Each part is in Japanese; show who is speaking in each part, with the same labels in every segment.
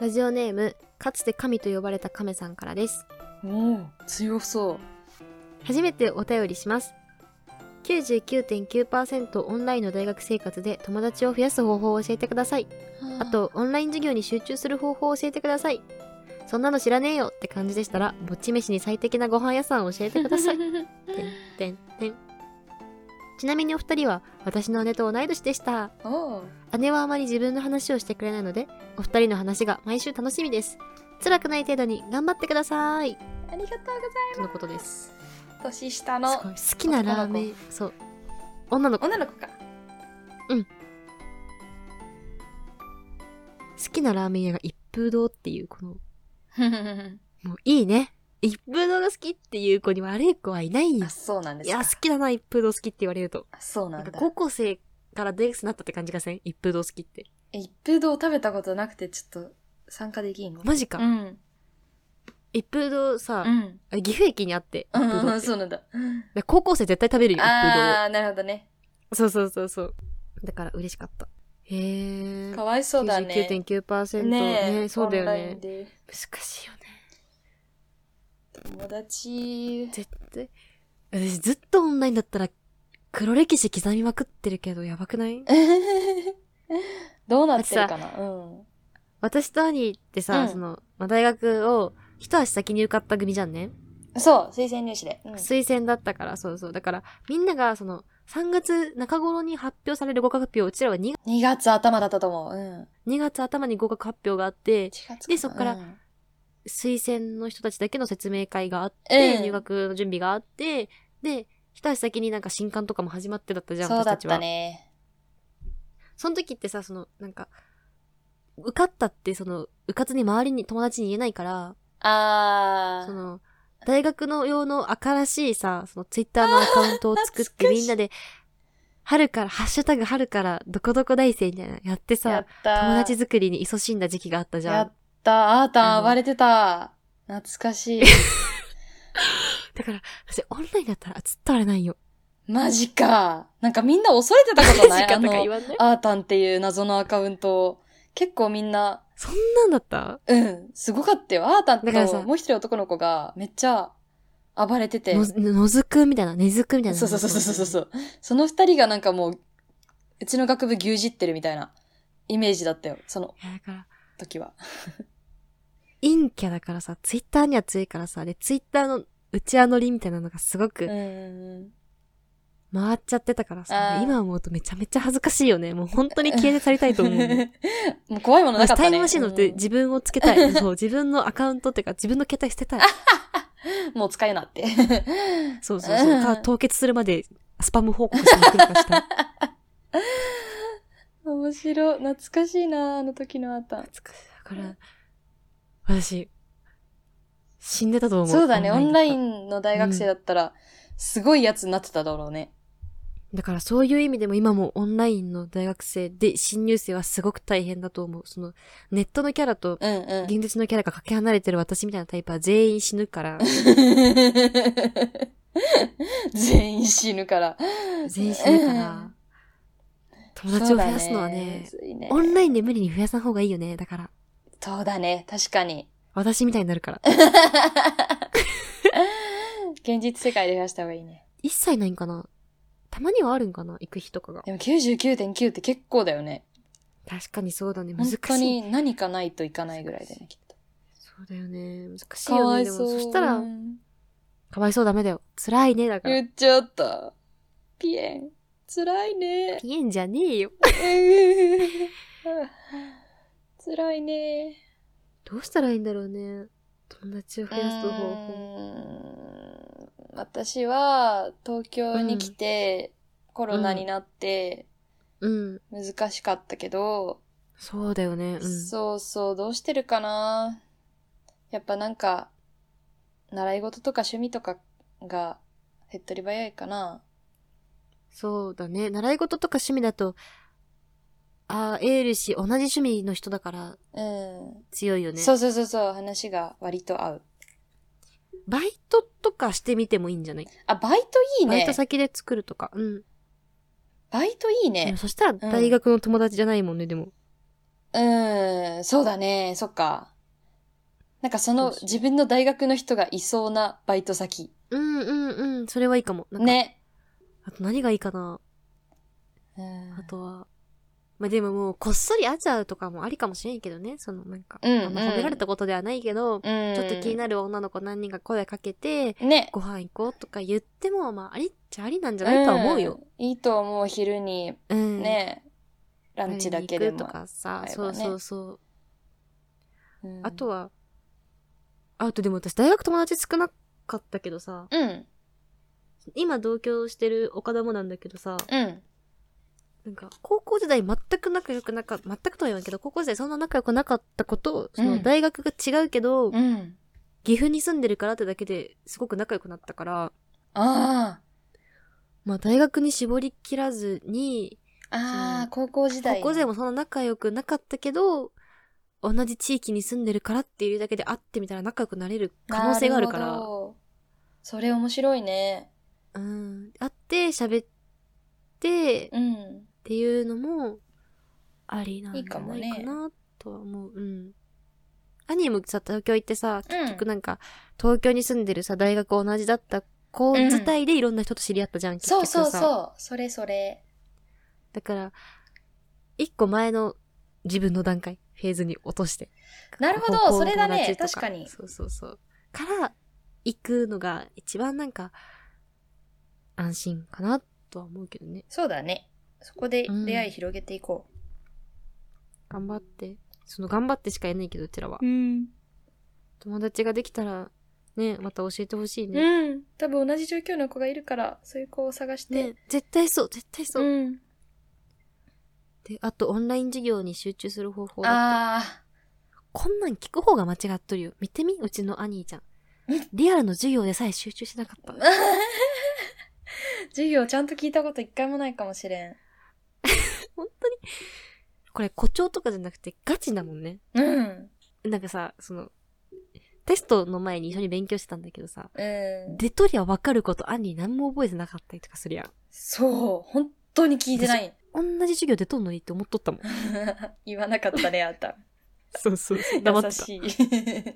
Speaker 1: ラジオネーム、かつて神と呼ばれた亀さんからです。
Speaker 2: おお、強そう。
Speaker 1: 初めてお便りします。99.9%オンラインの大学生活で友達を増やす方法を教えてください。あ、と、オンライン授業に集中する方法を教えてください。そんなの知らねえよって感じでしたら、ぼっち飯に最適なご飯屋さんを教えて くだ さい。てんてんてんちなみにお二人は、私の姉と同い年でした。
Speaker 2: おお。
Speaker 1: 姉はあまり自分の話をしてくれないので、お二人の話が毎週楽しみです。辛くない程度に頑張ってください。
Speaker 2: ありがとうござい
Speaker 1: とのことです。
Speaker 2: ます。年下
Speaker 1: す
Speaker 2: の
Speaker 1: ごい。好きなラーメン、そう。女の子、好
Speaker 2: 女の子 か。
Speaker 1: きなラーメン屋が一風堂っていう、この、もういいね。一風堂が好きっていう子に悪い子はいないよ
Speaker 2: あ、。そうなんで
Speaker 1: い
Speaker 2: す
Speaker 1: や、
Speaker 2: か
Speaker 1: 好。きだな、一風堂好きって言われると。
Speaker 2: あそうな
Speaker 1: なん
Speaker 2: ん
Speaker 1: か
Speaker 2: だ。
Speaker 1: 高校生からデースになったって感じがせん一風堂好きって。
Speaker 2: え一風堂食べたことなくて、ちょっと参加できんの
Speaker 1: マジか。
Speaker 2: うん。
Speaker 1: 一風堂さ、
Speaker 2: うん。
Speaker 1: あ岐阜駅にあって、一
Speaker 2: う
Speaker 1: 風
Speaker 2: ん
Speaker 1: 堂
Speaker 2: う
Speaker 1: っ
Speaker 2: ん、
Speaker 1: て。
Speaker 2: そうなんだ。
Speaker 1: だから高校生絶対食べるよ、一風堂を
Speaker 2: ああ、なるほどね。
Speaker 1: そうそうそうそう。だから嬉しかった。へえ。
Speaker 2: かわいそうだね。
Speaker 1: 99.9%
Speaker 2: ねえ、
Speaker 1: ねそうだよ
Speaker 2: オンライ
Speaker 1: ね
Speaker 2: ン。で
Speaker 1: 難しいよね。
Speaker 2: 友達、
Speaker 1: 絶対。私ずっとオンラインだったら黒歴史刻みまくってるけどやばくない
Speaker 2: どうなってるかなうん。
Speaker 1: 私と兄ってさ、
Speaker 2: うん
Speaker 1: その、まあ、大学を一足先に受かった組じゃんね。
Speaker 2: そう、推薦入試で。うん
Speaker 1: 推薦だったから、そうそう。だからみんながその、3月中頃に発表される合格発表、うちらは 2,
Speaker 2: 2月頭だったと思う。うん。
Speaker 1: 2月頭に合格発表があって、
Speaker 2: 1月
Speaker 1: でそっから
Speaker 2: うん
Speaker 1: 推薦の人たちだけの説明会があって、
Speaker 2: うん
Speaker 1: 入学の準備があって、で、一足先になんか新刊とかも始まってだったじゃん、
Speaker 2: そう
Speaker 1: 私
Speaker 2: だ
Speaker 1: た
Speaker 2: っ
Speaker 1: ちは。
Speaker 2: たね。
Speaker 1: その時ってさ、その、なんか、受かったって、その、受かずに周りに友達に言えないから、
Speaker 2: あ
Speaker 1: そ
Speaker 2: ー。
Speaker 1: の、大学の用の新しいさ、そのツイッターのアカウントを作っ
Speaker 2: 懐か
Speaker 1: て
Speaker 2: しい
Speaker 1: みんなで、春から、ハッシュタグ春から、どこどこ大生みたいなのやって
Speaker 2: やっ
Speaker 1: さ、
Speaker 2: た
Speaker 1: 友達作りに勤しんだ時期があったじ
Speaker 2: や
Speaker 1: ゃ
Speaker 2: っ
Speaker 1: ん。
Speaker 2: た。あーた
Speaker 1: あ
Speaker 2: ん
Speaker 1: の
Speaker 2: 暴れてた。懐かしい。
Speaker 1: だから、私オンラインだったらずっとあれないよ。
Speaker 2: マジか。なんかみんな恐れてたことない
Speaker 1: 時間とか
Speaker 2: あ
Speaker 1: 言
Speaker 2: の、
Speaker 1: わない
Speaker 2: あーたんっていう謎のアカウントを。結構みんな、
Speaker 1: そんなんだった
Speaker 2: うん、すごかったよ。あーたん
Speaker 1: だからさ
Speaker 2: と、もう一人男の子が、めっちゃ、暴れてて。
Speaker 1: の
Speaker 2: そ
Speaker 1: のずくみたいな、ねずくみたいうな。
Speaker 2: そうそうそうそうそう。その二人がなんかもう、うちの学部牛耳ってるみたいな、イメージだったよ。その
Speaker 1: いやだから、
Speaker 2: 時は。
Speaker 1: 陰キャだからさ、ツイッターには強いからさ、で、ツイッターの内輪乗りみたいなのがすご
Speaker 2: うん
Speaker 1: く
Speaker 2: うんうん。
Speaker 1: 回っちゃってたからさ、
Speaker 2: あー
Speaker 1: 今思うとめちゃめちゃ恥ずかしいよね。もう本当に消え去りたいと思う もん。
Speaker 2: もう怖いものな
Speaker 1: 私
Speaker 2: かったね。
Speaker 1: タイムマシン乗って
Speaker 2: うん
Speaker 1: 自分をつけた い。そう、自分のアカウントっていうか自分の携帯捨てたい。
Speaker 2: もう使えな って。
Speaker 1: そうそうそう。か、凍結するまでスパム報告しまくるか したい。
Speaker 2: 面白い。懐かしいな、あの時のあーたん。
Speaker 1: 懐かしいだから、私、死んでたと思う。
Speaker 2: そうだね、オンライ
Speaker 1: だっ
Speaker 2: ンの大学生だったら、すごいやつになってただろうね。
Speaker 1: た。だからそういう意味でも今もオンラインの大学生で新入生はすごく大変だと思う。その、ネットのキャラと
Speaker 2: うんうん。
Speaker 1: 現実のキャラがかけ離れてる私みたいなタイプは全員死ぬから、
Speaker 2: 全員死ぬから。
Speaker 1: 全員死ぬから、友達を増やすのはね、
Speaker 2: そうだね
Speaker 1: オンラインで無理に増やさん方がいいよね。だから、
Speaker 2: そうだね、確 かに。
Speaker 1: 私みたいになるから。
Speaker 2: 現実世界で増やした方がいいね。
Speaker 1: 一切ないんかなたまにはあるんかな行く日とかが。
Speaker 2: でも99.9って結構だよね。
Speaker 1: 確かにそうだね。難
Speaker 2: 本
Speaker 1: しい。
Speaker 2: 当に何かないといかないぐらいだよね、きっと。
Speaker 1: そうだよね。難しい
Speaker 2: か
Speaker 1: よ
Speaker 2: わ
Speaker 1: ね。
Speaker 2: い
Speaker 1: でも
Speaker 2: そう。
Speaker 1: そした
Speaker 2: う
Speaker 1: ら、
Speaker 2: ん
Speaker 1: かわいそうダメだよ。辛いね、だから。
Speaker 2: 言っちゃった。ピエン。辛いね。
Speaker 1: ピエンじゃねえよ。
Speaker 2: 辛いね。
Speaker 1: どうしたらいいんだろうね。友達を増やす方法。
Speaker 2: うーん私は、東京に来て、コロナになって、
Speaker 1: うん。
Speaker 2: 難しかったけど、
Speaker 1: そうだよね。うん。
Speaker 2: そうそう、どうしてるかなやっぱなんか、習い事とか趣味とかが手っ取り早いかな。
Speaker 1: そうだね。習い事とか趣味だと、あー、えるし、同じ趣味の人だから
Speaker 2: うん。
Speaker 1: 強いよね。
Speaker 2: そうそうそうそう、話が割と合う。
Speaker 1: バイトとかしてみてもいいんじゃない
Speaker 2: あ、バイトいいね。
Speaker 1: バイト先で作るとか。うん。
Speaker 2: バイトいい
Speaker 1: でも
Speaker 2: ね。
Speaker 1: そしたら大学の友達じゃないもんね、でも。
Speaker 2: うーん、そうだね、そっか。なんかその
Speaker 1: そうそう
Speaker 2: 自分の大学の人がいそうなバイト先。
Speaker 1: うんうんうん。それはいいかも。なんか。
Speaker 2: ね。
Speaker 1: あと何がいいかな
Speaker 2: うん
Speaker 1: あとは。まあ、でももう、こっそり会っちゃうとかもありかもしれんけどね。その、なんか。
Speaker 2: うん
Speaker 1: あんま褒められたことではないけど、
Speaker 2: うん。
Speaker 1: ちょっと気になる女の子何人か声かけて、
Speaker 2: る。ね。
Speaker 1: ご飯行こうとか言っても、まあ、ありっちゃありなんじゃないとは思うよ。
Speaker 2: ん。いいと思う、昼に。
Speaker 1: うん。
Speaker 2: ね。ランチだけで
Speaker 1: 会いに行
Speaker 2: も
Speaker 1: くと。かさ、
Speaker 2: 会え
Speaker 1: そう
Speaker 2: ばね
Speaker 1: そうそう。
Speaker 2: うん
Speaker 1: あとは、あとでも私大学友達少なかったけどさ、
Speaker 2: うん。
Speaker 1: 今同居してる岡田もなんだけどさ、
Speaker 2: うん。
Speaker 1: なんか高校時代全く仲良くなか、全くとは言わんけど、高校時代そんな仲良くなかったこと、その大学が違うけど、
Speaker 2: うん。
Speaker 1: 岐阜に住んでるからってだけですごく仲良くなったから、
Speaker 2: あ
Speaker 1: まあ大学に絞り切らずに、
Speaker 2: あ。あ
Speaker 1: そう
Speaker 2: あ、高校時
Speaker 1: 高
Speaker 2: 代。
Speaker 1: 校時代もそんな仲良くなかったけど、同じ地域に住んでるからっていうだけで会ってみたら仲良くなれる可能性があるか
Speaker 2: な
Speaker 1: ら。
Speaker 2: ほど。それ面白いね。
Speaker 1: うん、会って喋ってっ
Speaker 2: うん。
Speaker 1: ていうのもありなんじ
Speaker 2: いいか
Speaker 1: ゃな
Speaker 2: もね
Speaker 1: いかなとは思う。うん。兄もさ、東京行ってさ、結局なんか、東京に住んでるさ、大学同じだった子自体でいろんな人と知り合ったじゃん、結
Speaker 2: そ
Speaker 1: 局
Speaker 2: う
Speaker 1: さ。
Speaker 2: そうそう。それそれ。
Speaker 1: だから、一個前の自分の段階、フェーズに落として。
Speaker 2: なるほど
Speaker 1: 高校の
Speaker 2: それだね
Speaker 1: 友達と
Speaker 2: 確かに
Speaker 1: そうそうそう。から、行くのが一番なんか、安心かなとは思うけどね。
Speaker 2: そうだね。そこで
Speaker 1: うん
Speaker 2: 出会い広げていこ
Speaker 1: 頑張って。その頑張ってしかやんないけど、うちらは
Speaker 2: う。。うん。
Speaker 1: 友達ができたら、ね、また教えてほしいね。
Speaker 2: うん。多分同じ状況の子がいるから、そういう子を探して。
Speaker 1: ね、絶対そう、絶対そう。
Speaker 2: うん。
Speaker 1: で、あと、オンライン授業に集中する方法だって。
Speaker 2: ああ。
Speaker 1: こんなん聞く方が間違っとるよ。見てみうちの兄ちゃん。リアルの授業でさえ集中しなかった。
Speaker 2: 授業ちゃんと聞いたこと一回もないかもしれん。
Speaker 1: 本当に。これ、誇張とかじゃなくて、ガチだもんね。
Speaker 2: うん。
Speaker 1: なんかさ、その、テストの前に一緒に勉強してたんだけどさ、
Speaker 2: うん。
Speaker 1: 出とりゃ分かること、兄何も覚えてなかったりとかするやん。
Speaker 2: そう。本当に聞いてない。
Speaker 1: 同じ授業出とんのにって思っとったもん。
Speaker 2: 言わなかったね、あん た。
Speaker 1: そうそうそう。黙って
Speaker 2: 優
Speaker 1: た。
Speaker 2: しい。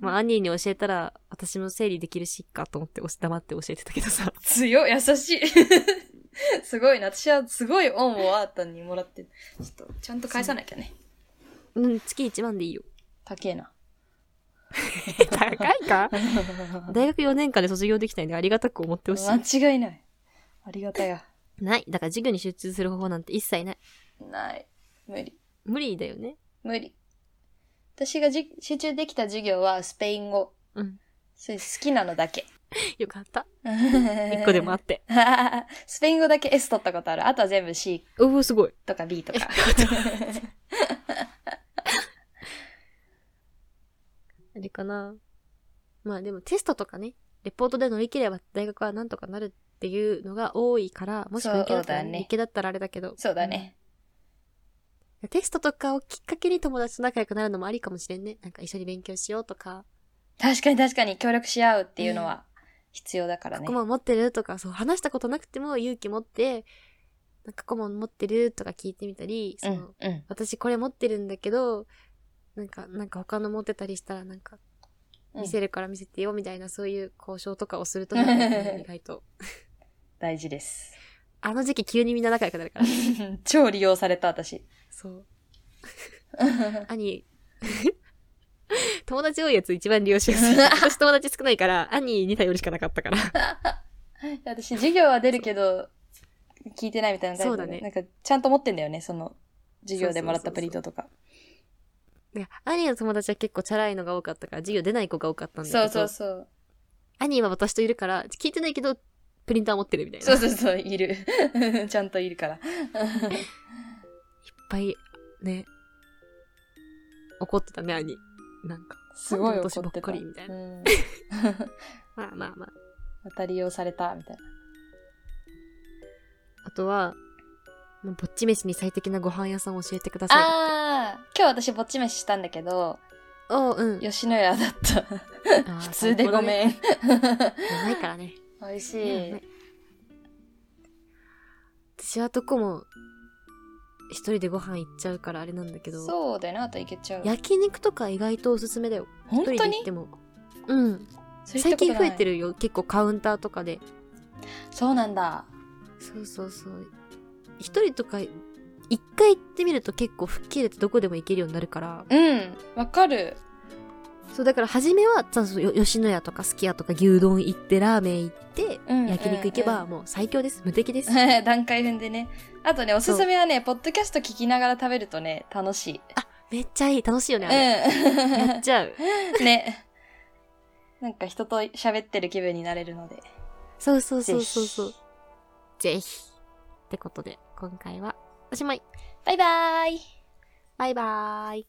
Speaker 1: まあ、兄に教えたら、私も整理できるしっかと思って、おし黙って教えてたけどさ。
Speaker 2: 強い、優しい。 すごいな。私はすごい恩をあーたんにもらって、ちょっと、ちゃんと返さなきゃね。
Speaker 1: うん、月1万でいいよ。
Speaker 2: 高 えな。
Speaker 1: 高いか大学4年間で卒業できたんで、ありがたく思ってほしい。
Speaker 2: 間違いない。ありがたや。
Speaker 1: ない。だから授業に集中する方法なんて一切ない。
Speaker 2: ない。無理。
Speaker 1: 無理だよね。
Speaker 2: 無理。私がじ集中できた授業はスペイン語。
Speaker 1: うん。
Speaker 2: それ好きなのだけ。
Speaker 1: よかった。
Speaker 2: 一
Speaker 1: 1個でもあ
Speaker 2: っ
Speaker 1: って。
Speaker 2: た。 スペイン語だけ S 取ったことある。あとは全部 C
Speaker 1: おおすごい。
Speaker 2: とか B と か。
Speaker 1: あれかな。まあでもテストとかね、レポートで乗り切れば大学はなんとかなるっていうのが多いから、もし文系だった
Speaker 2: そうだ
Speaker 1: ら、
Speaker 2: ね
Speaker 1: ね、理系だったらあれだけど。
Speaker 2: そうだね。
Speaker 1: テストとかをきっかけに友達と仲良くなるのもありかもしれんね。なんか一緒に勉強しようとか、
Speaker 2: 確かに確かに協力し合うっていうのは必要だから
Speaker 1: こ
Speaker 2: ね。
Speaker 1: こも持ってるとか、そう、話したことなくても勇気持って、なんかここも持ってるとか聞いてみたり、
Speaker 2: う
Speaker 1: その、
Speaker 2: ん、うん。
Speaker 1: 私これ持ってるんだけど、なんか、なんか他の持ってたりしたらなんか、
Speaker 2: うん
Speaker 1: 見せるから見せてよみたいな、そういう交渉とかをするとなん かね意外と。
Speaker 2: 大事です。
Speaker 1: あの時期急にみんな仲良くなるから。
Speaker 2: 超利用された私。
Speaker 1: そう。兄、 友達多いやつ一番利用しや すい。私友達少ないから、兄に頼るしかなかったから。
Speaker 2: 私、授業は出るけど、聞いてないみたいなタイプ
Speaker 1: そうだね
Speaker 2: なんか、ちゃんと持ってんだよね、その、授業でもらったプリントとか。
Speaker 1: いや、兄の友達は結構チャラいのが多かったから、授業出ない子が多かったんだけ
Speaker 2: そ
Speaker 1: ど、
Speaker 2: うそうそう。
Speaker 1: 兄は私といるから、聞いてないけど、プリンター持ってるみたいな。
Speaker 2: そう
Speaker 1: いっ
Speaker 2: そうそう、いる。ちゃんといる から。
Speaker 1: ぱい、ね、怒ってたね、兄。なんか、
Speaker 2: すごい
Speaker 1: なんで
Speaker 2: 怒
Speaker 1: 私ば
Speaker 2: っ
Speaker 1: ってか
Speaker 2: た。
Speaker 1: りみたいな
Speaker 2: うん。
Speaker 1: まあまあまあ。
Speaker 2: また利用された、みたいな。
Speaker 1: あとは、もうぼっち飯に最適なご飯屋さんを教えてください。
Speaker 2: あー、今日私ぼっち飯したんだけど、
Speaker 1: おう、うん。
Speaker 2: 吉野 家だった。普
Speaker 1: 普
Speaker 2: 通でご
Speaker 1: ん。
Speaker 2: めん。
Speaker 1: いやないからね。
Speaker 2: 美味し
Speaker 1: うん
Speaker 2: い
Speaker 1: ない。私はどこも一人でご飯行っちゃうからあれなんだけど
Speaker 2: そうだよなあといけちゃう
Speaker 1: 焼肉とか意外とおすすめだよ
Speaker 2: 本
Speaker 1: 一
Speaker 2: 当
Speaker 1: 人で行っ
Speaker 2: に
Speaker 1: てもうん最近増えてるよ結構カウンターとかで
Speaker 2: そうなんだ
Speaker 1: そうそうそう一人とか一回行ってみると結構吹っ切れてどこでも行けるようになるから
Speaker 2: うんわかる
Speaker 1: そうだから初めはそうそうよ吉野家とかすき家とか牛丼行ってラーメン行って
Speaker 2: うん
Speaker 1: 焼肉行け
Speaker 2: うん
Speaker 1: ばもう最強です無敵です
Speaker 2: 段階分でねあとねおすすめはねポッドキャスト聞きながら食べるとね楽しい
Speaker 1: めっちゃいい楽しいよねあれ、やっ
Speaker 2: う
Speaker 1: ちゃうん
Speaker 2: ねなんか人と喋ってる気分になれるので
Speaker 1: そうそう
Speaker 2: ぜ
Speaker 1: そう
Speaker 2: ひ
Speaker 1: そうそうぜひってことで今回はおしまい
Speaker 2: バイバーイ
Speaker 1: バイバーイ